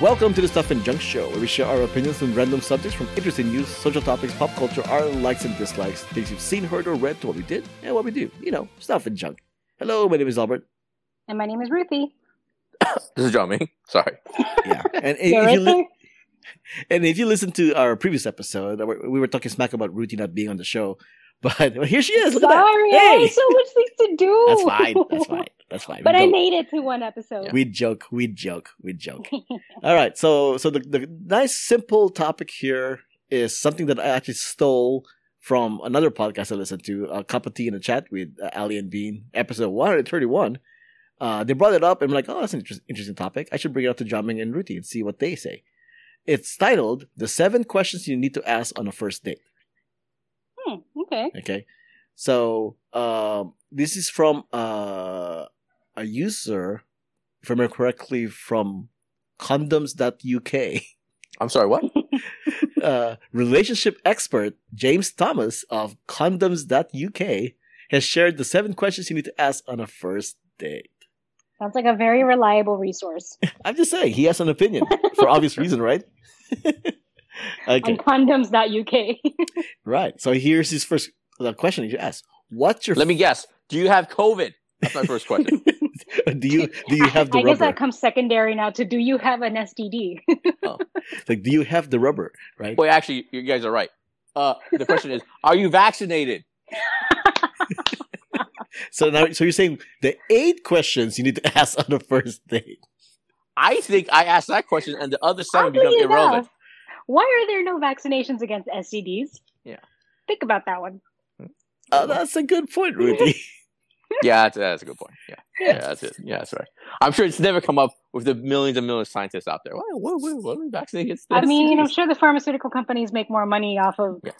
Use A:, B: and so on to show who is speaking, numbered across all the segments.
A: Welcome to the Stuff and Junk Show, where we share our opinions on random subjects from interesting news, social topics, pop culture, our likes and dislikes, things you've seen, heard, or read to what we did and what we do. You know, stuff and junk. Hello, my name is Albert.
B: And my name is Ruthie.
C: This is John Ming. Sorry.
A: Yeah. And
B: You're
A: if,
B: right
A: you li-
B: there?
A: and if you listen to our previous episode, we- we were talking smack about Ruthie not being on the show, but here she is. Look at that.
B: Sorry, I
A: Hey!
B: have so much things to do.
A: That's fine. That's fine. That's fine. We
B: but I
A: joke.
B: made it to one episode.
A: we joke. We joke. We joke. All right. So, so the, the nice simple topic here is something that I actually stole from another podcast I listened to, a cup of tea in a chat with uh, Ali and Bean, episode one hundred thirty one. Uh, they brought it up, and I'm like, oh, that's an inter- interesting topic. I should bring it up to Jamming and Ruti and see what they say. It's titled "The Seven Questions You Need to Ask on a First Date."
B: Hmm, okay.
A: Okay. So um, this is from uh, a user, if I remember correctly, from condoms.uk.
C: I'm sorry, what?
A: Uh, relationship expert James Thomas of condoms.uk has shared the seven questions you need to ask on a first date.
B: Sounds like a very reliable resource.
A: I'm just saying, he has an opinion for obvious reason, right? okay,
B: On condoms.uk.
A: right. So here's his first the question you ask. What's your
C: Let me guess. Do you have COVID? That's my first question.
A: do you do you have the
B: I guess
A: rubber?
B: that comes secondary now to do you have an STD?
A: Like, do you have the rubber? Right?
C: Wait, actually, you guys are right. Uh, the question is, are you vaccinated?
A: So now, so you're saying the eight questions you need to ask on the first date.
C: I think I asked that question, and the other seven
B: Oddly
C: become irrelevant.
B: enough, why are there no vaccinations against STDs?
C: Yeah.
B: Think about that one.
A: Uh, that's a good point, Rudy.
C: Yeah, that's, that's a good point. Yeah, yeah, that's it. Yeah, that's right. I'm sure it's never come up with the millions and millions of scientists out there. What? What? What? what are we vaccinated against?
B: I mean, I'm
C: STDs?
B: sure the pharmaceutical companies make more money off of
C: Yeah.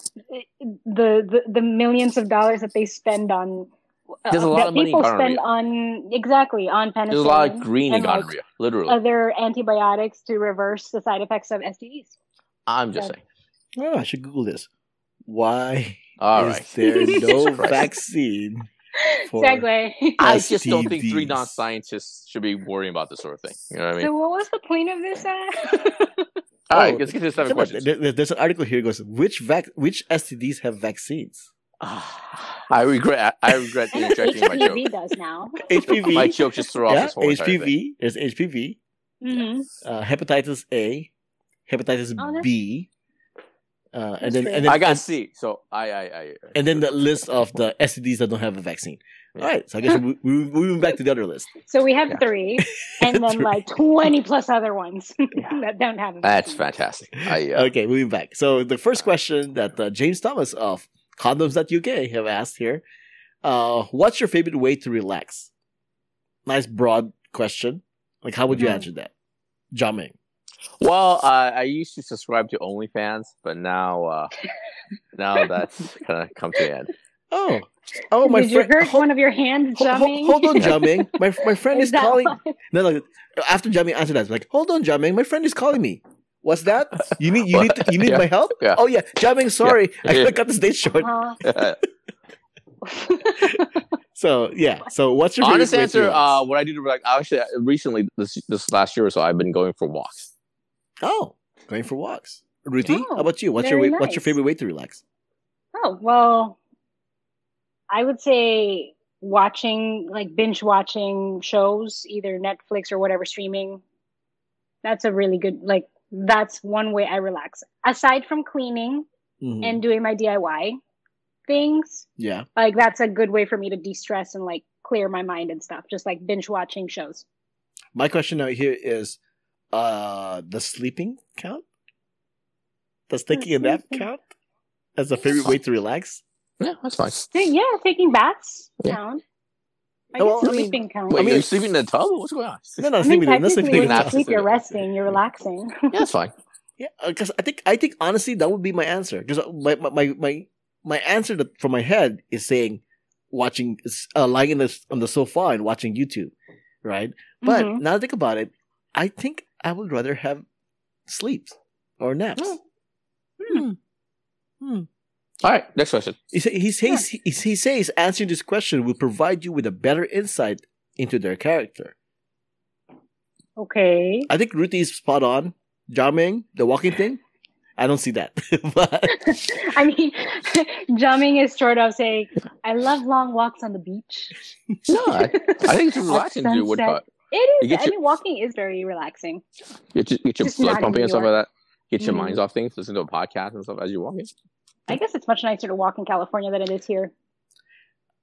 B: the, the the millions of dollars that they spend on uh,
C: There's a lot
B: that
C: of money
B: people
C: in
B: spend
C: gonorrhea.
B: on exactly on penicillin.
C: there's a lot of green in
B: and, like,
C: gonorrhea. Literally,
B: other antibiotics to reverse the side effects of STDs.
C: I'm just
B: yeah.
C: saying.
A: oh, I should Google this. Why
C: All
A: is
C: right.
A: there no
C: Christ.
A: vaccine? For-
B: Segue.
C: I just don't think three
A: STDs.
C: non-scientists should be worrying about this sort of thing. You know what I mean?
B: so what was the point of this? uh?
C: All right,
A: Oh,
C: let's get to
A: Come
C: the seven
A: on,
C: questions.
A: there- there- there's an article here that goes which vac- which STDs have vaccines?
C: Ah, I regret. I regret
B: I know
C: interjecting my joke.
B: HPV does now.
A: HPV,
C: My joke just threw off
A: yeah,
C: this whole entire thing.
A: HPV. There's HPV,
B: hmm
A: uh, hepatitis A, hepatitis
B: Oh, that's-
A: B, uh, and
B: That's
A: then
B: great.
A: and then
C: I got C, so I. I, I
A: and then the list of the STDs that don't have a vaccine. All right, so I guess we, we, we went back to the other list.
B: So we have
C: Yeah.
B: three, and then
A: Three.
B: like twenty plus other ones that don't have. a
C: That's
B: vaccine.
C: fantastic. I, uh,
A: Okay, moving back. So the first question that uh, James Thomas of condoms.uk have asked here, uh, what's your favorite way to relax? Nice broad question. Like, how would you
B: Mhm.
A: answer that? Jamming.
C: Well, uh, I used to subscribe to OnlyFans, but now, uh, now that's kind of come to an end.
A: Oh, oh, my
B: Did you
A: friend.
B: hurt one of your hands
A: Hold,
B: jumping?
A: hold on, Jamming. My my friend is,
B: that
A: calling.
B: why?
A: No, no, after Jamming answered that, like, hold on, Jamming. My friend is calling me. What's that? You need you need to, you need
C: Yeah.
A: my help?
C: Yeah.
A: Oh yeah, Jamming. Sorry, I
C: Yeah.
A: cut this date short.
B: Uh-huh.
C: Uh,
A: So yeah. So what's your favorite
C: Honest
A: way to
C: answer.
A: relax?
C: Uh, what I do to relax? Actually, recently this this last year or so, I've been going for walks.
A: Oh, going for walks. Rudy,
B: Oh,
A: how about you? What's your way,
B: very
A: what's your
B: nice.
A: favorite way to relax?
B: oh well, I would say watching like binge watching shows, either Netflix or whatever streaming. That's a really good like. That's one way I relax. Aside from cleaning
A: Mhm.
B: and doing my DIY things,
A: yeah,
B: like that's a good way for me to de-stress and like clear my mind and stuff. Just like binge watching shows.
A: my question now here is, uh, the sleeping count? Does taking a nap
B: sleeping.
A: count as a favorite way to relax?
C: Yeah, that's fine.
B: Yeah, taking baths
C: Yeah.
B: down. I
A: Well,
B: guess
A: I mean-
B: sleeping count.
C: Wait,
A: I mean,
C: are you sleeping in the tub? What's going on?
A: No, no,
B: I mean,
A: sleeping. not
B: technically,
A: sleeping.
B: when you
C: enough.
B: sleep, you're resting, you're relaxing.
C: Yeah, that's fine.
A: Yeah, because I think I think honestly that would be my answer. Because my my my my, my answer that from my head is saying watching uh, lying in the, on the sofa and watching YouTube, right? But
B: Mhm.
A: now that I think about it, I think I would rather have sleeps or naps.
C: Oh.
A: Hmm. Hmm.
C: All right, next question.
A: He, sa- he says he, he says answering this question will provide you with a better insight into their character.
B: Okay.
A: I think Ruthie's spot on. Jamming, the walking thing. I don't see that. but
B: I mean, jamming is sort of saying, I love long walks on the beach.
C: No, I, I think it's relaxing to do
B: sunset.
C: woodcut.
B: It is.
C: You get
B: I
C: your-
B: mean, walking is very relaxing.
C: Get your, get your
B: Just
C: blood
B: not in
C: pumping
B: New
C: and stuff like
B: York.
C: that. Get your
B: Mm.
C: minds off things. Listen to a podcast and stuff as you walk. in.
B: I guess it's much nicer to walk in California than it is here.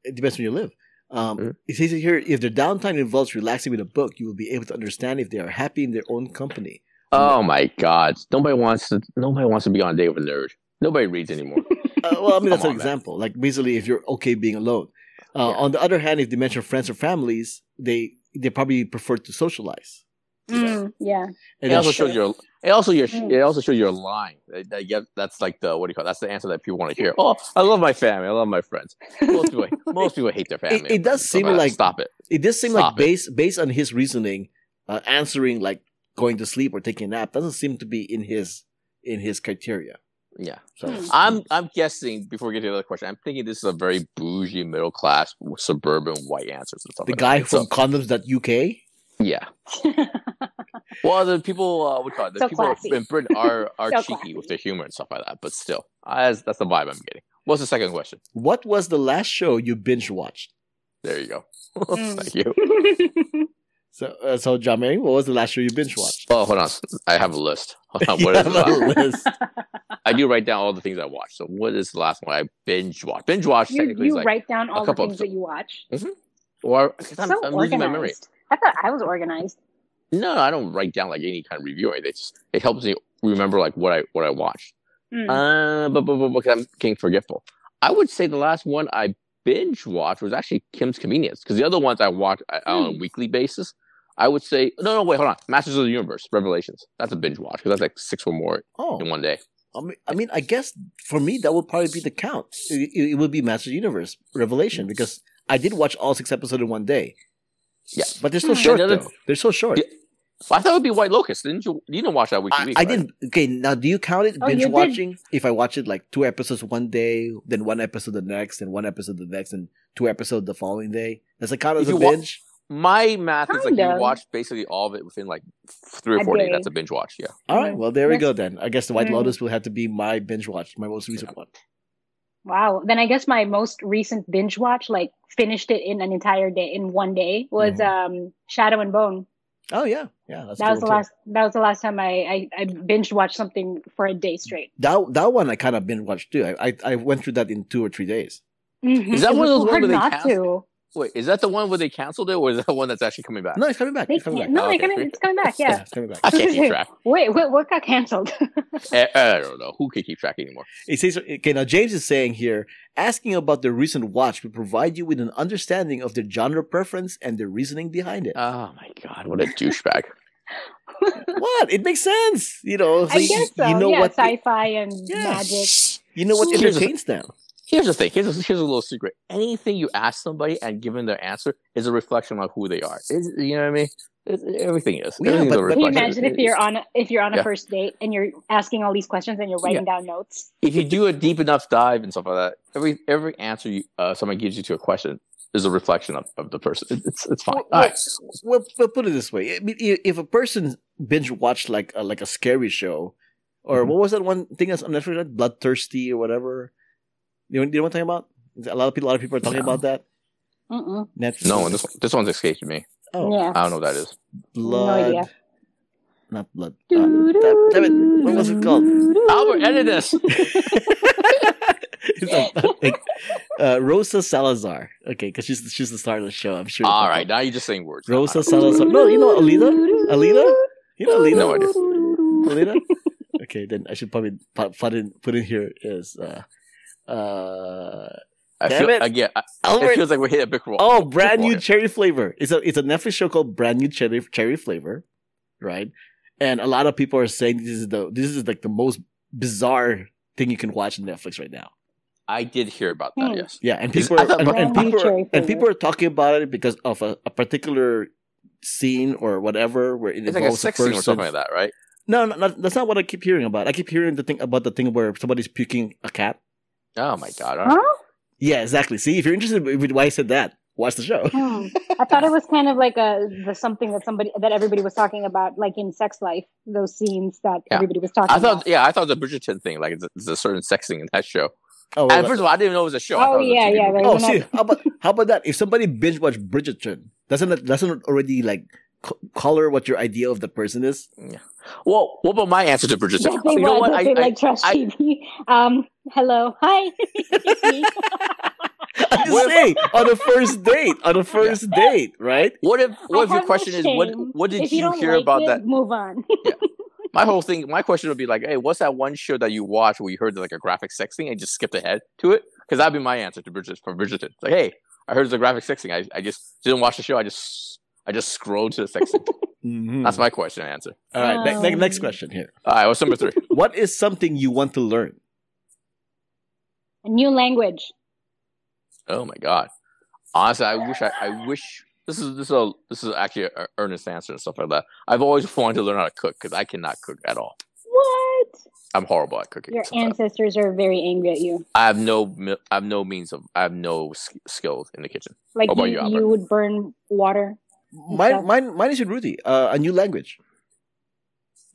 A: it depends where you live. Um,
C: Mhm.
A: It says here if their downtime involves relaxing with a book, you will be able to understand if they are happy in their own company.
C: Oh my God! Nobody wants to. Nobody wants to be on a date with a nerd. Nobody reads anymore.
A: Uh, well, I mean, that's
C: Come
A: an
C: on, man.
A: example. Like, basically, if you're okay being alone. Uh,
C: Yeah.
A: On the other hand, if they mention friends or families, they they probably prefer to socialize.
B: Mm, yeah.
A: And
C: it
A: then
C: also shows your. It also your.
B: Mm.
C: It also shows your line. That, that- yeah, that's like the what do you call? It? That's the answer that people want to hear. Oh, I love my family. I love my friends. Most people. most people hate their family.
A: it does
C: Stuff
A: seem
C: that.
A: like-
C: Stop it.
A: it does seem like
C: Stop it.
A: based based on his reasoning, uh, answering like going to sleep or taking a nap doesn't seem to be in his in his criteria.
C: Yeah.
A: So
B: Hmm.
C: I'm I'm guessing before we get to the other question, I'm thinking this is a very bougie middle class suburban white answers and stuff.
A: the
C: like
A: guy
C: that.
A: from
C: So-
A: condoms.uk.
C: yeah. Well, the people uh, what do you call it? The
B: So
C: people
B: classy.
C: in Britain are are
B: So
C: cheeky
B: classy.
C: with their humor and stuff like that. But still, I, that's that's the vibe I'm getting. What's the second question?
A: What was the last show you binge watched?
C: There you go.
B: Mm.
C: Thank you.
A: So, uh, so John Mary, what was the last show you binge watched?
C: Oh, hold on. I have a list. Hold on. What
A: You
C: is the
A: have a
C: last-
A: list.
C: I do write down all the things I watch. So what is the last one I binge watch? Binge watch
B: you
C: technically
B: you
C: is like
B: write down all the
C: couple
B: things that
C: of-
B: you watch.
C: or
B: So
C: I'm, I'm losing my memory.
B: organized. I thought I was organized.
C: No, no, I don't write down like any kind of review or anything. It's just, it helps me remember like what I what I watched.
B: Mm.
C: Uh, but but but, but I'm getting forgetful. I would say the last one I binge watched was actually Kim's Convenience because the other ones I watch I, on a
B: Hmm.
C: weekly basis. I would say no, no, wait, hold on. Masters of the Universe, Revelations. That's a binge watch because that's like six or more in
A: Oh,
C: one day.
A: I mean, I mean, I guess for me that would probably be the count. It, it- it would be Master Universe Revelation because I did watch all six episodes in one day.
C: Yeah.
A: but they're so
B: Hmm.
A: short.
C: Another-
A: Though. They're so short.
C: Yeah, I thought it would be White Locust. Didn't you? You didn't watch that week to
A: I,
C: week.
A: I
C: right?
A: didn't. Okay, now do you count it
B: Oh, you
A: binge
B: did.
A: watching? If I watch it like two episodes one day, then one episode the next, and one episode the next, and two episodes the following day, does it count as
C: If
A: a
C: you wa-
A: binge?
C: My math is like
B: Kinda.
C: you watch basically all of it within like three or
B: A
C: four days.
B: day.
C: That's a binge watch. Yeah.
A: All right,
B: Mm.
A: well there we
B: Yes.
A: go then. I guess the White
B: Mm.
A: Lotus will have to be my binge watch, my most recent one.
B: Wow. Then I guess my most recent binge watch, like finished it in an entire day in one day, was
A: Mm-hmm.
B: um Shadow and Bone.
A: Oh yeah, yeah. That's a
B: that
A: good one,
B: was the
A: too.
B: last. That was the last time I I, I binge watched something for a day straight.
A: That that one I kind of binge watched too. I, I I went through that in two or three days.
B: Mhm.
C: Is that
B: It
C: one
B: was so
C: of those ones
B: hard
C: where they
B: not
C: cast-
B: to?
C: Wait, is that the one where they canceled it, or is that one that's actually coming back?
A: No, it's coming back.
B: They
A: it's coming
B: can't-
A: back.
B: no,
C: Okay.
B: they coming, it's coming back.
A: yeah,
B: Yeah.
A: it's coming back.
C: I can't keep track.
B: Wait, what, what got canceled?
C: I, I don't know who can keep track anymore.
A: It says okay. Now James is saying here, asking about their recent watch will provide you with an understanding of their genre preference and their reasoning behind it.
C: Oh my god, what a douchebag!
A: what? It makes sense. You know,
B: I
A: you-
B: guess so.
A: you know
B: yeah,
A: what
B: sci-fi and
A: Yeah.
B: magic.
A: you know what
C: Here's the-
A: entertains them.
C: Here's the thing. Here's a, here's a little secret. Anything you ask somebody and given their answer is a reflection on who they are. Is you know what I mean? It's, everything is.
A: Yeah,
C: Everything's
A: but-
C: a
A: but-
B: Can you
C: reflection.
B: imagine if you're on a, if you're on a
C: Yeah.
B: first date and you're asking all these questions and you're writing down notes?
C: if you do a deep enough dive and stuff like that, every every answer you, uh, someone gives you to a question is a reflection of, of the person. It- It's it's fine.
A: Well,
C: All right.
A: Well, well, put it this way: I mean, i- if a person binge watched like a, like a scary show, or
C: Mhm.
A: what was that one thing that's on Netflix? That bloodthirsty or whatever. You know, you know what I'm talking about? A lot of people, a lot of people are talking
C: No.
A: about that.
B: Mm-mm.
A: Netflix.
C: No, this one- this one's escaped me.
A: Oh,
B: Yeah.
C: I don't know what that is.
A: blood.
B: idea.
A: Not blood. Uh, damn, damn it! What was it called?
C: Albert, edit this.
A: It's a- like, uh, Rosa Salazar. Okay, because she's she's the star of the show. I'm sure.
C: All right, now you're just saying words.
A: Rosa Salazar. No, you know Alita. Alita. You know Alita.
C: No idea.
A: Alita? okay, then I should probably put, put in put in here is uh uh
C: I
A: Damn
C: feel,
A: it.
C: Again, I, it
A: Albert.
C: feels like we hit a big wall.
A: Oh, brand new
C: Water.
A: cherry flavor. It's a it's a Netflix show called Brand New Cherry Cherry Flavor, right? And a lot of people are saying this is the this is like the most bizarre thing you can watch on Netflix right now.
C: I did hear about that.
B: Hmm.
C: Yes.
A: Yeah, and
C: Is-
A: people
C: I
A: are,
C: thought
A: and,
B: Brand
A: and
B: New
A: people are,
B: Cherry
A: and
B: Flavor.
A: people are talking about it because of a, a particular scene or whatever where it
C: It's like a
A: involves
C: sex
A: a
C: scene
A: person.
C: or something like that, right?
A: No, no, no, that's not what I keep hearing about. I keep hearing the thing about the thing where somebody's puking a cat.
C: Oh my god! all right.
B: Huh?
A: Yeah, exactly. See, if you're interested in why I said that, watch the show.
B: Hmm. I thought it was kind of like a the something that somebody that everybody was talking about, like in Sex Life, those scenes that
C: Yeah.
B: everybody was talking.
C: I thought,
B: about.
C: yeah, I thought the Bridgerton thing, like, there's a certain sex thing in that show.
A: Oh, well,
C: And first of all, I didn't even know it was a show. I
B: Oh,
C: thought it was a
B: yeah,
C: TV
B: yeah,
C: movie.
B: right.
A: oh,
B: Even
A: see, how about how about that? If somebody binge watch Bridgerton, doesn't that doesn't it already like co- color what your idea of the person is?
C: Well, what about my answer to Bridgerton?
B: Yes, they
C: you know
B: were.
C: what?
B: They
C: I,
B: did, like
C: I,
B: trash
C: I-
B: TV. Um, hello, hi. It's me.
A: I'm just
C: What if-
A: saying, on a first date, on a first date, right?
C: what if
B: I
C: what if your
B: have no
C: question is what
B: shame.
C: what did
B: if you,
C: you,
B: don't
C: hear
B: like
C: about
B: it,
C: that?
B: Move on.
C: My whole thing, my question would be like, hey, what's that one show that you watched where you heard like a graphic sex thing and just skipped ahead to it? Because that'd be my answer to Bridgerton. For Bridgerton, It's like, hey, I heard there's a graphic sex thing. I, I just didn't watch the show. I just I just scrolled to the sex thing.
A: Mhm.
C: That's my question and answer.
A: All right, ne- ne-
B: Um,
A: next question here.
C: All right, what's number three?
A: What is something you want to learn?
B: A new language.
C: Oh my god. Honestly, I wish I, I wish this is this is a, this is actually an earnest answer and stuff like that. I've always wanted to learn how to cook because I cannot cook at all.
B: What?
C: I'm horrible at cooking.
B: Your
C: so
B: ancestors are very angry at you.
C: I have no mi- I have no means of I have no sk- skills in the kitchen.
B: Like
C: What about you,
B: you,
C: Albert?
B: you would burn water.
A: Mine,
B: Okay.
A: mine, mine is with Rudy. Uh, a new language,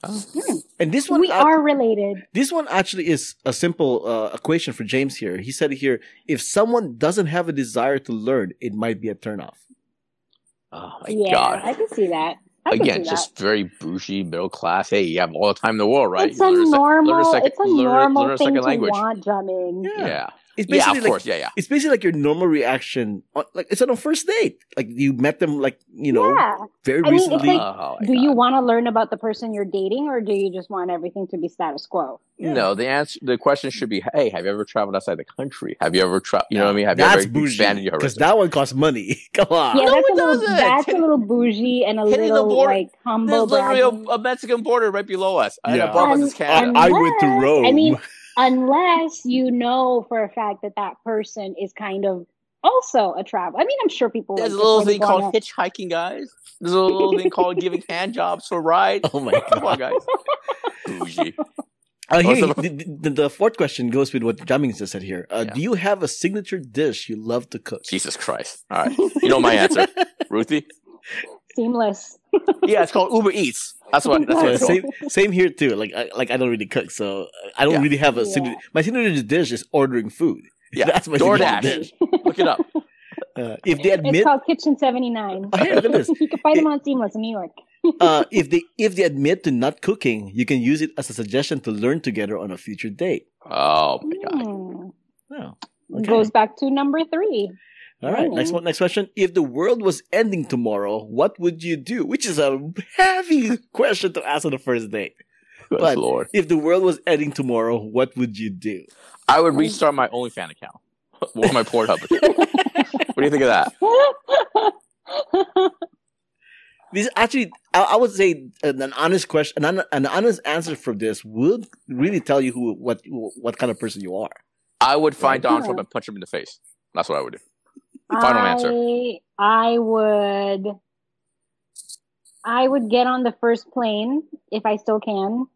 C: Oh,
B: Hmm.
A: and this one
B: We
A: ac-
B: are related.
A: This one actually is a simple uh, equation for James here. He said here, if someone doesn't have a desire to learn, it might be a turnoff.
C: Oh my
B: yeah, I
C: god.
B: can see that. I can
C: Again,
B: see
C: just
B: that.
C: very bougie, middle class. Hey, you have all the time in the world, right?
B: It's
C: You
B: a
C: learn sec- learn
B: normal.
C: second-
B: it's a
C: learn-
B: normal
C: learn a
B: thing
C: second
B: to
C: language.
B: want, drumming.
A: Yeah.
C: Yeah,
A: It's
C: yeah,
A: basically
C: of
A: like
C: course, yeah, yeah.
A: it's basically like your normal reaction. on- Like it's on a first date. Like you met them, like you know,
B: yeah.
A: very
B: I mean, it's
A: recently.
B: like-
C: Oh, my
B: Do you
C: God.
B: want to learn about the person you're dating, or do you just want everything to be status quo?
C: No, the answer, the question should be, hey, have you ever traveled outside the country? Have you ever traveled? You know what I mean? Have
A: that's
C: you ever expanded
A: bougie
C: your
A: because
C: horizon?
A: that one costs money. Come on.
B: Yeah,
C: No,
B: that's
C: it
B: a little.
C: doesn't.
B: That's a little bougie and a
C: Hitting the
B: little
C: border-
B: like humble.
C: There's literally a,
B: bragging.
C: a Mexican border right below us, and
A: Yeah.
C: above us
B: Un-
C: is Canada.
B: un-
A: I, I went to
B: Unless-
A: Rome.
B: I mean, unless you know for a fact that that person is kind of also a travel. I mean, I'm sure people.
C: There's a
B: like,
C: little
B: just
C: thing
B: wanna-
C: called hitchhiking, guys. There's a little thing called giving hand jobs for rides.
A: oh my
C: Come
A: god.
C: on, guys. Bougie.
A: Uh, here,
C: Also-
A: the, the, the fourth question goes with what Jamming just said here. Uh,
C: Yeah.
A: Do you have a signature dish you love to cook?
C: Jesus Christ. All right. You know my answer, Ruthie.
B: seamless.
C: Yeah, it's called Uber Eats. That's what. That's what
A: yeah,
C: it's called.
A: same same here too. Like I, like I don't really cook, so I don't
C: Yeah.
A: really have a
B: Yeah.
A: signature. My signature dish is ordering food.
C: Yeah,
A: that's my
C: DoorDash.
A: signature dish.
C: Look it up.
A: Uh, if they
B: It's
A: admit,
B: called Kitchen Seventy Nine.
A: Oh, hey, look at this.
B: you can find them on Seamless in New York.
A: uh, if they if they admit to not cooking, you can use it as a suggestion to learn together on a future date.
C: Oh my god.
B: Hmm.
A: Oh, okay.
B: Goes back to number three.
A: All right, next one. Next question: If the world was ending tomorrow, what would you do? Which is a heavy question to ask on the first date.
C: Good
A: But-
C: lord.
A: If the world was ending tomorrow, what would you do?
C: I would restart my OnlyFans account or my Pornhub. account. what do you think of that?
A: This actually, I, I would say an, an honest question, an, hon- an honest answer from this would really tell you who, what, what kind of person you are.
C: I would find Donald
B: Yeah.
C: Trump and punch him in the face. That's what I would do. Final
B: I,
C: answer.
B: I would. I would get on the first plane if I still can,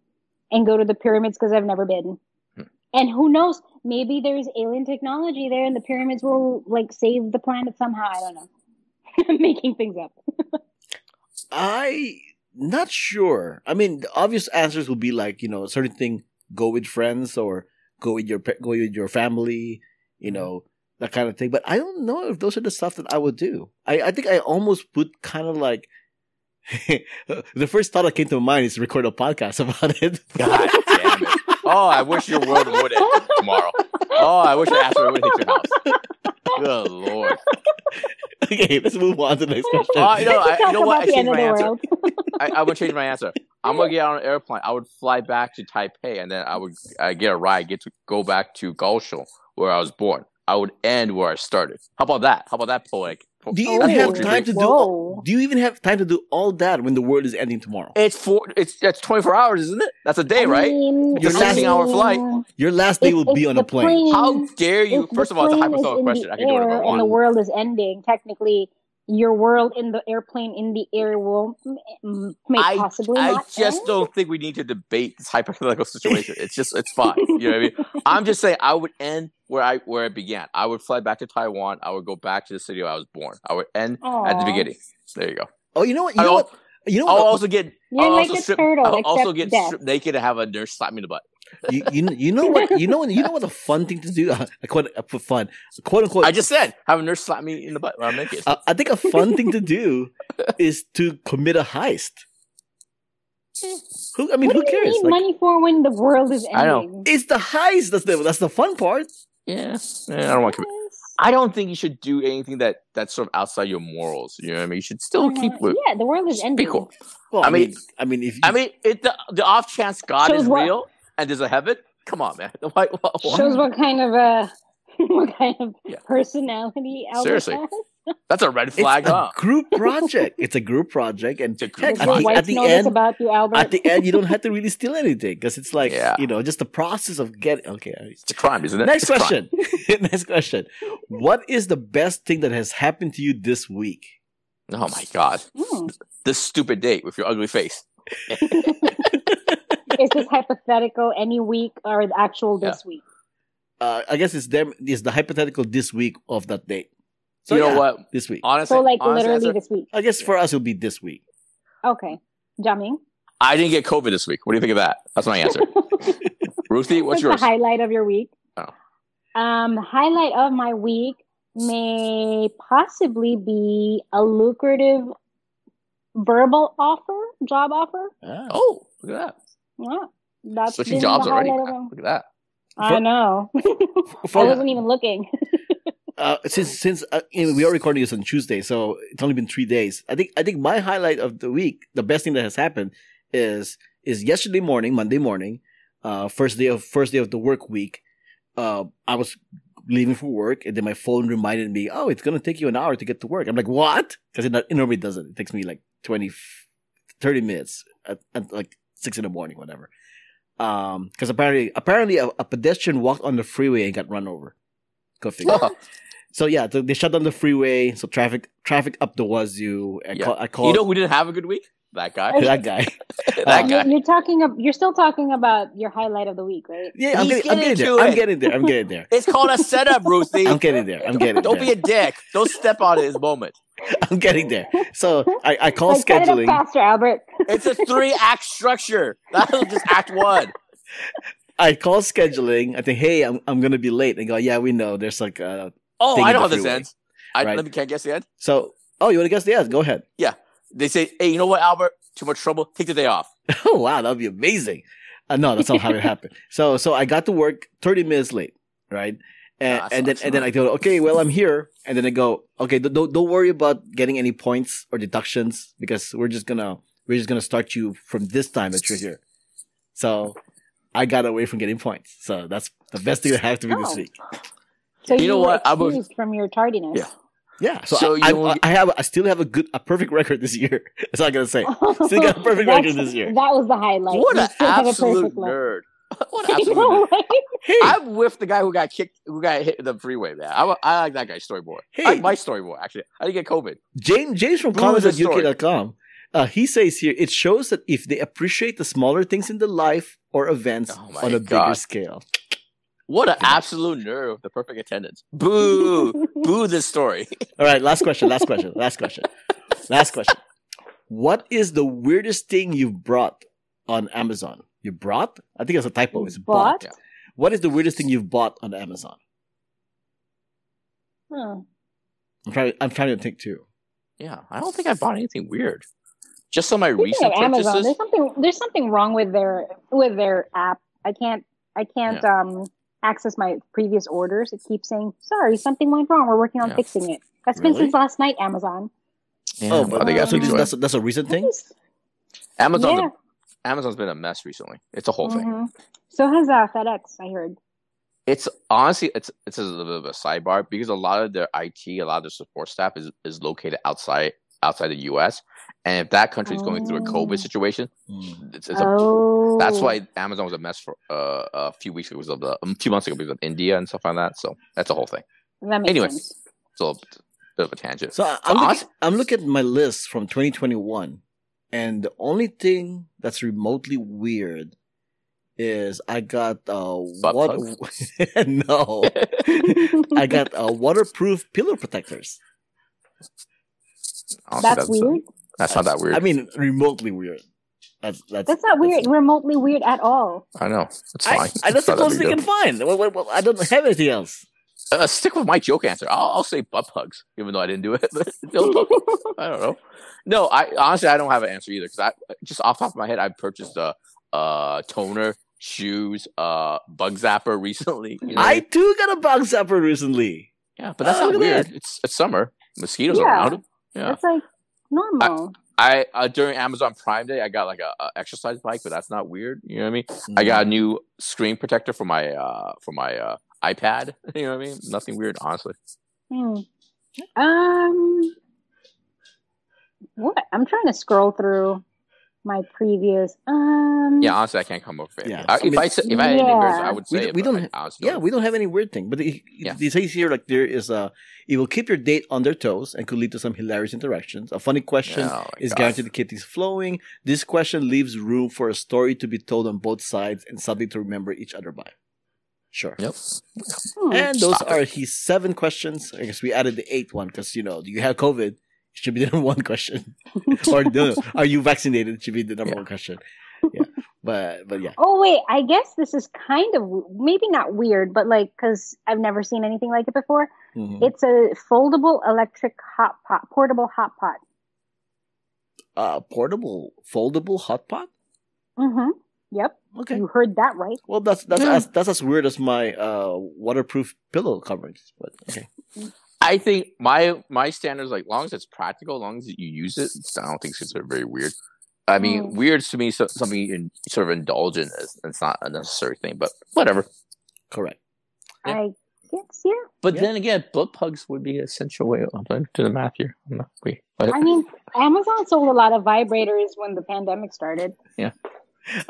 B: and go to the pyramids because I've never been.
C: Hmm.
B: And who knows? Maybe there's alien technology there, and the pyramids will like save the planet somehow. I don't know. I'm making things up.
A: I not sure. I mean, the obvious answers would be like you know, a certain thing go with friends or go with your pa- go with your family, you know, that kind of thing. But I don't know if those are the stuff that I would do. I I think I almost would kind of like. the first thought that came to mind is record a podcast about it.
C: God damn it. Oh, I wish your world would end tomorrow. Oh, I wish the asteroid would hit your house. Good lord.
A: okay, let's move on to the next question.
C: Oh, you know,
B: We
C: I,
B: can
C: you know
B: talk
C: what?
B: about
C: I
B: the
C: changed
B: end of
C: my
B: the
C: answer.
B: world.
C: I, I'm gonna change my answer. I'm gonna get on an airplane. I would fly back to Taipei, and then I would uh, get a ride, get to go back to Kaohsiung, where I was born. I would end where I started. How about that? How about that poetic? po-
A: Do you
C: that's
A: even have
C: poetry.
A: time to do?
B: Whoa.
A: Do you even have time to do all that when the world is ending tomorrow?
C: It's four. It's that's 24 hours, isn't it? That's a day, right?
A: It's a
C: 16-hour flight.
A: Your last day
B: If-
A: will be
B: if
A: on a
B: the
A: plane.
B: plane-
C: How dare you?
B: If the
C: First of all, it's a
B: plane is
C: hypothetical
B: in
C: question.
B: the
C: I can do whatever I
B: air And the
C: want.
B: world is ending. Technically, your world in the airplane in the air will m- may
C: I-
B: possibly
C: I
B: not
C: just
B: end.
C: don't think we need to debate this hypothetical situation. It's just it's fine. You know what I mean? I'm just saying I would end where I where it began. I would fly back to Taiwan. I would go back to the city where I was born. I would end at the
B: Aw.
C: beginning. There you go.
A: Oh, you know what? You
C: I
A: know
C: al-
A: what? You know
C: I'll
A: what?
C: also get
B: You're
C: I'll
B: like
C: also
B: a
C: strip,
B: turtle,
C: I'll also
B: except
C: get
B: death.
C: stripped naked and have a nurse slap me in the butt.
A: you, you, you know what? You know you know what? The fun thing to do. I quote I put fun. Quote unquote. uh,
C: I just said have a nurse slap me in the butt when I'm naked.
A: I, I think a fun thing to do is to commit a heist. Who I mean,
B: what
A: who
B: do you
A: cares?
B: need
A: Like,
B: money for when the world is ending?
C: I know.
A: it's the heist that's the that's the fun part.
C: yeah. Yeah, I don't want to. I don't think you should do anything that that's sort of outside your morals. You know what I mean? You should still
B: Uh-huh.
C: keep. with-
B: yeah, the world is ending.
C: Be cool.
A: Well,
C: I
A: I, mean,
C: mean-
A: I mean, if
C: I mean, it, the, the off chance God
B: Shows
C: is
B: what-
C: real and there's a heaven. Come on, man. Why, why, why?
B: Shows what kind of uh, what kind of
C: Yeah.
B: personality Albert
C: Seriously.
B: has.
C: That's a red
A: it's
C: flag,
A: a
C: huh?
A: group project. it's a group project, and
C: It's a group
A: heck,
B: Does
A: at
B: your
A: the,
C: project.
B: wife
A: at the
B: know this
A: end,
B: about you, Albert?
A: at the end, you don't have to really steal anything because it's like
C: Yeah.
A: you know, just the process of getting. Okay, all right.
C: It's a crime, isn't it?
A: next
C: It's a crime.
A: question. next question. What is the best thing that has happened to you this week?
C: Oh my god,
B: Hmm.
C: this stupid date with your ugly face.
B: Is this hypothetical any week or the actual
C: Yeah.
B: this week?
A: Uh, I guess it's them. It's the hypothetical this week of that date. So
C: you know
A: yeah,
C: what?
A: This week.
C: Honestly,
B: So like
C: honest
B: literally
C: answer,
B: this week.
A: I guess for us it'll be this week.
B: Okay. Jamming.
C: I didn't get COVID this week. What do you think of that? That's my answer. Ruthie, what's yours?
B: the highlight of your week?
C: Oh.
B: Um, highlight of my week may possibly be a lucrative verbal offer, job offer.
A: Ah.
C: Oh, look at
B: Yeah,
C: that.
B: that's
C: Switching
B: been the
C: jobs already.
B: highlight of
C: man.
B: my-
C: Look at that.
B: I know. I
C: Oh,
A: For,
B: wasn't even looking.
A: uh, since since uh, you know, we are recording this on Tuesday, so it's only been three days. I think I think my highlight of the week, the best thing that has happened, is is yesterday morning, Monday morning, uh, first day of first day of the work week. Uh, I was leaving for work, and then my phone reminded me, "Oh, it's gonna take you an hour to get to work." I'm like, "What?" Because it, not- it normally doesn't. It takes me like 20, 30 minutes at, at like six in the morning, whatever. Um, because apparently, apparently, a, a pedestrian walked on the freeway and got run over. Go figure. So yeah, th- they shut down the freeway. So traffic, traffic up the wazoo. I
C: Yeah.
A: call, I call
C: you know who didn't have a good week? That guy.
A: that guy.
C: that
B: You're,
C: guy.
B: you're talking. ab- You're still talking about your highlight of the week, right?
A: Yeah, I'm
C: He's
A: getting, I'm
C: getting
A: getting there.
C: to
A: I'm
C: it.
A: getting there. I'm getting there.
C: It's called a setup, Ruthie.
A: I'm getting there. I'm getting
C: Don't be
A: there.
C: a dick. Don't step on it his moment.
A: I'm getting there. So I, I call
B: Like, set it up
A: scheduling.
B: faster, Albert.
C: It's a three act structure. That was just act one.
A: I call scheduling. I think, hey, I'm, I'm gonna be late. They go, yeah, we know. There's like, uh,
C: Oh,
A: Thing
C: I
A: in
C: know
A: the
C: how this
A: freeway.
C: ends. I
A: Right.
C: let me can I guess the end.
A: so oh, you wanna guess the ads? Go ahead.
C: They say, "Hey, you know what, Albert? Too much trouble. Take the day off."
A: Oh wow, that'd be amazing. Uh, no, that's not how it happened. So so I got to work 30 minutes late, right? And,
C: Ah,
A: and then
C: sucks,
A: and then
C: man.
A: I go, okay, well I'm here. And then I go, okay, don't- don't don't worry about getting any points or deductions because we're just gonna we're just gonna start you from this time that you're here. So I got away from getting points. So that's the best thing that happened to me this
B: Oh.
A: week.
B: So
C: You
B: you,
C: know
B: were
C: what? I was-
B: excused from your tardiness.
C: Yeah.
A: Yeah. So,
C: So
A: I,
C: you-
A: I, I have I still have a good a perfect record this year. That's all I gotta say.
B: Oh,
A: Still got a perfect
B: That's-
A: record this year.
B: That was the highlight.
C: what
B: You
C: an
B: still had a
C: absolute
B: perfect record.
C: nerd! What an
B: You
C: absolute
B: know,
C: nerd!
B: right?
A: Hey,
C: I'm with the guy who got kicked, who got hit in the freeway, man. I, I like that guy's storyboard.
A: hey,
C: I like my storyboard, actually. I didn't get COVID.
A: James James from
C: Rules the story.
A: comments.uk.com. Uh, he says here it shows that if they appreciate the smaller things in the life or events
C: Oh my
A: on a bigger
C: God.
A: scale.
C: What an absolute nerd with the perfect attendance. Boo! Boo this story.
A: All right, last question, last question, last question, last question. What is the weirdest thing you've brought on Amazon? You brought? I think it's a typo. It's bought.
B: Bought?
C: Yeah.
A: What is the weirdest thing you've bought on Amazon?
B: Huh.
A: I'm trying. I'm trying to think too.
C: Yeah, I don't think I bought anything weird. Just some of my
B: Speaking
C: recent
B: of Amazon,
C: purchases.
B: there's something there's something wrong with their with their app. I can't I can't um access my previous orders. It keeps saying, "Sorry, something went wrong. We're working on
C: Yeah.
B: fixing it." That's
A: Really?
B: been since last night. Amazon.
C: Yeah,
A: oh,
C: I
A: but
C: think I
A: so
C: should
A: this,
C: do it.
A: that's a, that's a recent thing.
C: Amazon's a
B: yeah.
C: Amazon's been a mess recently. It's a whole thing.
B: mhm. So has uh, FedEx. I heard.
C: It's honestly, it's it's a little bit of a sidebar because a lot of their IT, a lot of their support staff is is located outside outside the U.S. And if that country is going through a
B: Oh.
C: COVID situation,
A: Mm.
C: it's, it's a,
B: oh,
C: that's why Amazon was a mess for uh, a few weeks ago. It was of the, a few months ago because of India and stuff like that. So that's a whole thing.
B: That makes
C: Anyway.
B: sense.
C: So bit of a tangent.
A: So I- I'm looking,
C: us-
A: I'm looking at my list from 2021, and the only thing that's remotely weird is I got uh
C: Butt
A: water. no, I got uh, waterproof pillow protectors.
C: Honestly,
B: That's weird.
C: that's not that weird.
A: I mean, remotely weird. That's that's
B: That's not weird, remotely weird at all.
C: I know. It's fine.
A: I, I, that's
C: It's
A: the
C: not that
A: closest
C: big
A: thing I
C: deal.
A: can find. Well, well, well, I don't have anything else.
C: Uh, stick with my joke answer. I'll, I'll say butt plugs, even though I didn't do it. No, butt plugs. I don't know. No, I honestly I don't have an answer either because I just off the top of my head I purchased a uh, toner, shoes, uh, bug zapper recently. you know?
A: I too got a bug zapper recently.
C: yeah, but that's
A: Oh,
C: not
A: look at
C: weird. It's it's summer. Mosquitoes
B: Yeah.
C: are around. Yeah.
B: That's like normal.
C: I uh, during Amazon Prime Day I got like a, a exercise bike, but that's not weird. You know what I mean? I got a new screen protector for my uh for my uh iPad. You know what I mean? Nothing weird, honestly.
B: Hmm. Um, what? I'm trying to scroll through my previous. Um,
C: Yeah, honestly, I can't come up with it.
A: Yeah.
C: Mm. I,
A: I mean,
C: if I said, if I had any
B: Yeah.
C: words, I would
A: We
C: say
A: d-
C: it,
A: we
C: but
A: don't-
C: I honestly
A: Yeah,
C: don't.
A: we don't have any weird thing, but it,
C: Yeah.
A: it says here like there is a it will keep your date on their toes and could lead to some hilarious interactions. A funny question
C: Oh my
A: is
C: God.
A: guaranteed to keep things flowing. This question leaves room for a story to be told on both sides and something to remember each other by. Sure.
C: Yep.
B: hmm.
A: And those
C: Stop it.
A: are his seven questions. I guess we added the eighth one because you know you have COVID. It should be the number one question. or no, are you vaccinated? It should be the number
C: Yeah.
A: one question. Yeah. But but yeah.
B: Oh wait, I guess this is kind of maybe not weird, but like because I've never seen anything like it before.
A: Mhm.
B: It's a foldable electric hot pot, portable hot pot.
A: Uh, portable, foldable hot pot.
B: Mm-hmm. Yep,
A: Okay.
B: you heard that right.
A: Well, that's that's
C: Yeah.
A: as, that's as weird as my uh, waterproof pillow coverings. But okay,
C: I think my my standards, like, long as it's practical, long as you use it, I don't think it's very weird. I mean,
B: Mm.
C: weird's to me so, something you in, sort of indulge in. It's, it's not a necessary thing, but whatever.
A: correct.
C: Yeah.
B: I guess yeah.
C: But
A: Yeah.
C: then again, butt plugs would be an essential way. I'm going to the math here. I'm not- wait, what?
B: I mean, Amazon sold a lot of vibrators when the pandemic started.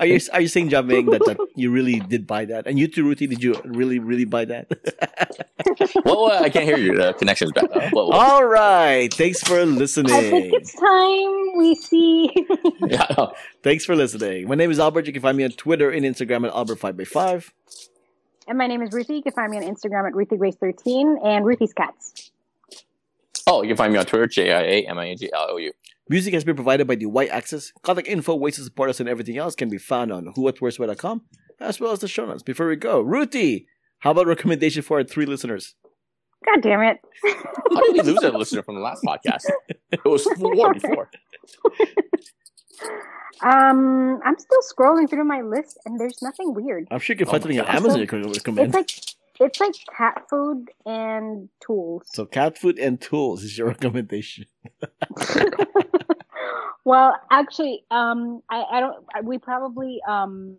A: Are you are you saying, John Ming, that, that you really did buy that? And you too, Ruthie, did you really really buy that?
C: Whoa, whoa, I can't hear you. The connection's bad. Uh, whoa, whoa.
A: All right, thanks for
B: I think
A: listening.
B: it's time we see.
C: Yeah, I know.
A: Thanks for listening. My name is Albert. You can find me on Twitter and Instagram at Albert Five by Five.
B: and my name is Ruthie. You can find me on Instagram at RuthieGrace13 and Ruthie's Cats.
C: Oh, you can find me on Twitter, J I A M I N G L O U.
A: Music has been provided by the Y Axis. Contact info, ways to support us, and everything else can be found on whowhatwhereswhere.com, as well as the show notes. Before we go, Ruthie, how about recommendation for our three listeners?
B: God damn it.
C: How did we lose that listener from the last podcast? It was four before.
B: Um, I'm still scrolling through my list, and there's nothing weird.
A: I'm sure you can
C: Oh
A: find
C: my
A: something on
C: God.
A: Amazon you can recommend.
B: It's like it's like cat food and tools.
A: So cat food and tools is your recommendation.
B: well, actually, um, I, I don't. I, we probably um,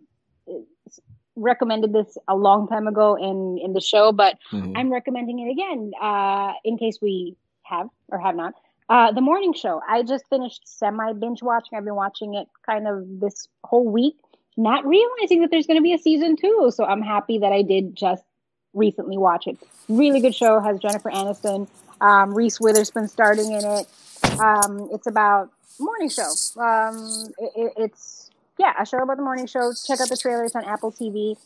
B: s- recommended this a long time ago in in the show, but
A: Mm-hmm.
B: I'm recommending it again uh, in case we have or have not. Uh, the morning show. I just finished semi binge watching. I've been watching it kind of this whole week, not realizing that there's going to be a season two. So I'm happy that I did just recently watch it. Really good show. Has Jennifer Aniston, um, Reese Witherspoon starting in it. Um, it's about morning show. Um, it, it, it's yeah, a show about the morning show. Check out the trailers on Apple TV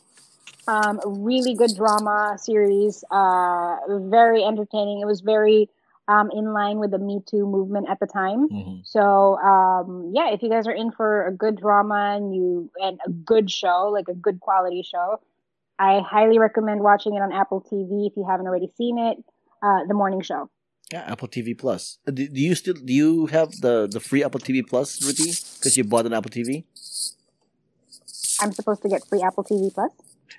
B: um, really good drama series, uh, very entertaining. It was very um, in line with the Me Too movement at the time. So um, yeah, if you guys are in for a good drama and you and a good show, like a good quality show, I highly recommend watching it on Apple TV if you haven't already seen it. Uh, the Morning Show.
A: Yeah, Apple TV Plus. Uh, Do, do you still do you have the the free Apple TV Plus, Ruthie? Because you bought an Apple TV.
B: I'm supposed to get free Apple TV Plus.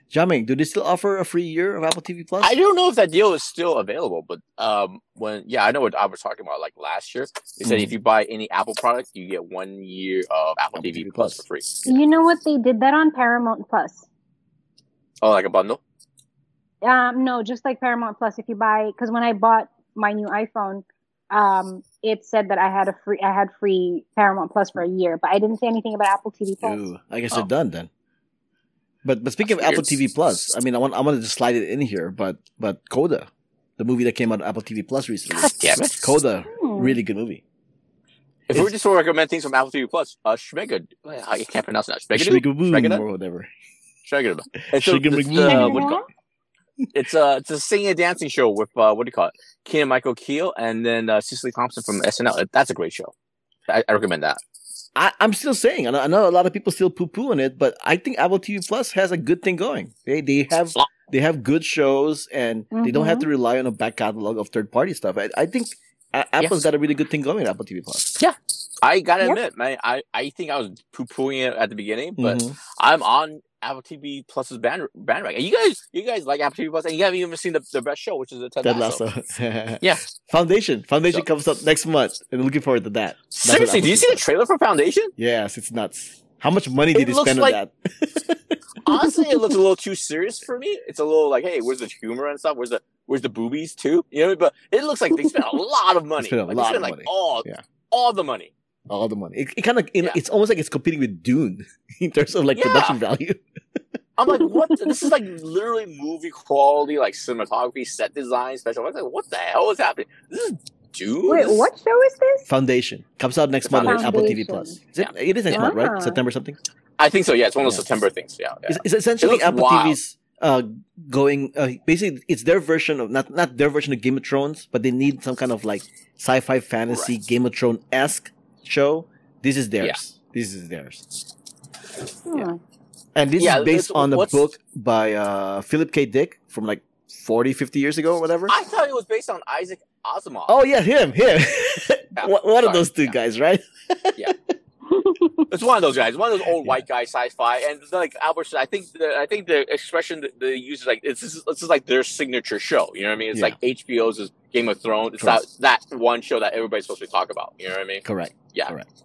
A: Jaming, do they still offer a free year of Apple TV Plus?
C: I don't know if that deal is still available, but um, when yeah, I know what I was talking about. Like last year, they said
A: Mhm.
C: if you buy any Apple product, you get one year of Mm-hmm. Apple, TV, Plus for free.
B: You know what they did that on Paramount Plus.
C: Oh, like a bundle.
B: Um, no, just like Paramount Plus, if you buy, because when I bought my new iPhone, um, it said that I had a free, I had free Paramount Plus for a year, but I didn't say anything about Apple TV Plus.
A: Ooh, I guess
C: Oh.
A: they're done then. But but speaking
C: That's
A: of Apple
C: weird.
A: TV Plus, I mean, I want I wanted to slide it in here, but but Coda, the movie that came out on Apple TV Plus recently.
C: God damn it.
A: Coda,
B: Hmm.
A: really good movie.
C: If we're just recommending things from Apple TV Plus, uh, Schmega, I can't pronounce that. Schmega,
A: Shrigaboom
C: Shrigaboom?
A: or whatever.
C: Schmega. And so
A: Shrigaboom.
C: it's, uh, what do you
B: Shrigaboom.
C: call it? It's uh, it's a singing and dancing show with uh, what do you call it? Keenan Michael Keel and then uh, Cicely Thompson from SNL. That's a great show. I, I recommend that.
A: I, I'm still saying, I know, I know a lot of people still poo poo on it, but I think Apple TV Plus has a good thing going. They they have they have good shows and they don't have
B: Mhm.
A: to rely on a back catalog of third party stuff. I, I think uh, Apple's got a really good thing going. Apple TV Plus,
C: I gotta
B: Yep.
C: admit, man, I, I think I was poo pooing it at the beginning, but
A: Mhm.
C: I'm on Apple TV Plus's band bandwagon. You guys, you guys like Apple TV Plus, and you haven't even seen the, the best show, which is the Ted,
A: Ted
C: Lasso.
A: Lasso.
C: Yeah.
A: Foundation. Foundation
C: So-
A: comes up next month, and I'm looking forward to that. what
C: Seriously,
A: Apple
C: do you
A: TV
C: see the
A: Plus.
C: trailer for Foundation?
A: Yes, it's nuts. How much money did
C: It
A: they
C: looks
A: spend on
C: like-
A: that?
C: Honestly, it looks a little too serious for me. It's a little like, hey, where's the humor and stuff? Where's the where's the boobies too? You know, but it looks like they spent a lot of money.
A: spent a
C: like,
A: lot
C: they spent
A: of
C: like
A: money.
C: all
A: Yeah.
C: all the money.
A: All the money. It, it kind of.
C: Yeah.
A: It's almost like it's competing with Dune in terms of like
C: Yeah.
A: production value.
C: I'm like, what? the- this is like literally movie quality, like cinematography, set design, special. effects. like, what the hell is happening? This is dude.
D: Wait, what show is this?
A: Foundation comes out next month on Apple TV
B: Foundation.
A: Plus. Is it, it is next
C: Yeah.
A: month, right?
D: Ah.
A: September something.
C: I think so. Yeah, it's one of those
A: Yeah.
C: September things. Yeah, yeah.
A: It's, it's essentially
C: looks
A: Apple
C: wild.
A: TV's uh, going. Uh, basically, it's their version of not not their version of Game of Thrones, but they need some kind of like sci-fi fantasy
C: Right.
A: Game of Thrones esque show. This is theirs. This is theirs.
D: Hmm.
A: And this
C: Yeah,
A: is based
C: it's-
A: on a
C: what's-
A: book by uh, Philip K. Dick from like 40, 50 years ago or whatever.
C: I thought it was based on Isaac Asimov.
A: Oh yeah, him, him.
C: Yeah,
A: one one of
C: sorry.
A: those two
C: Yeah.
A: guys, right?
C: It's one of those guys, one of those old
A: Yeah.
C: white guy sci-fi, and like Albert said, I think the, I think the expression that they use is like it's this is, this is like their signature show. You know what I mean? It's
A: Yeah.
C: like HBO's is Game of Thrones. It's
A: Correct.
C: that that one show that everybody's supposed to talk about. You know what I mean?
A: Correct.
C: Yeah.
A: Correct.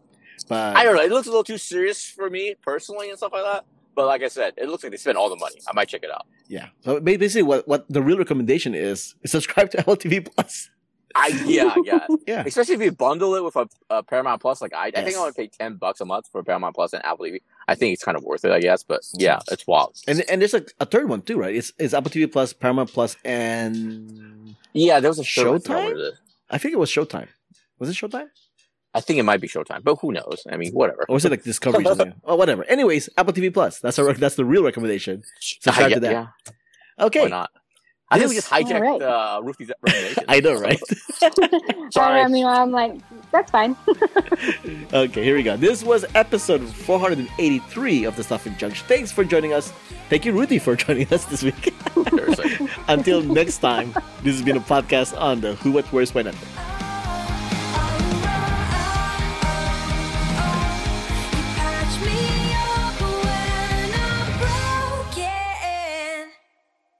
A: But
C: I don't know. It looks a little too serious for me personally and stuff like that. But like I said, it looks like they spent all the money. I might check it out.
A: yeah. So ba- basically, what, what the real recommendation is is subscribe to Apple TV Plus.
C: I yeah yeah
A: Yeah.
C: Especially if you bundle it with a, a Paramount Plus. Like I, I
A: Yes.
C: think I want to pay ten bucks a month for Paramount Plus and Apple TV. I think it's kind of worth it, I guess. But yeah, it's wild.
A: And and there's a, a third one too, right? It's it's Apple TV Plus, Paramount Plus, and
C: yeah, there was a show. I forgot
A: Showtime?
C: what it is.
A: I think it was Showtime. Was it Showtime?
C: I think it might be Showtime, but who knows? I mean, whatever.
A: Or was it like Discovery? or something? oh, whatever. Anyways, Apple TV Plus. That's our that's the real recommendation. subscribe
C: yeah,
A: to that.
C: yeah, why
A: Okay,
C: not? I think we
A: This-
C: just hijacked
B: All right.
C: uh, Ruthie's recommendation.
A: I know, right?
C: Sorry.
D: I mean, I'm like, that's fine.
A: okay, here we go. This was episode 483 of the Stuffing Junction. Thanks for joining us. Thank you, Rudy, for joining us this week.
C: Seriously.
A: Until next time, this has been a podcast on the Who What Where's Why Network.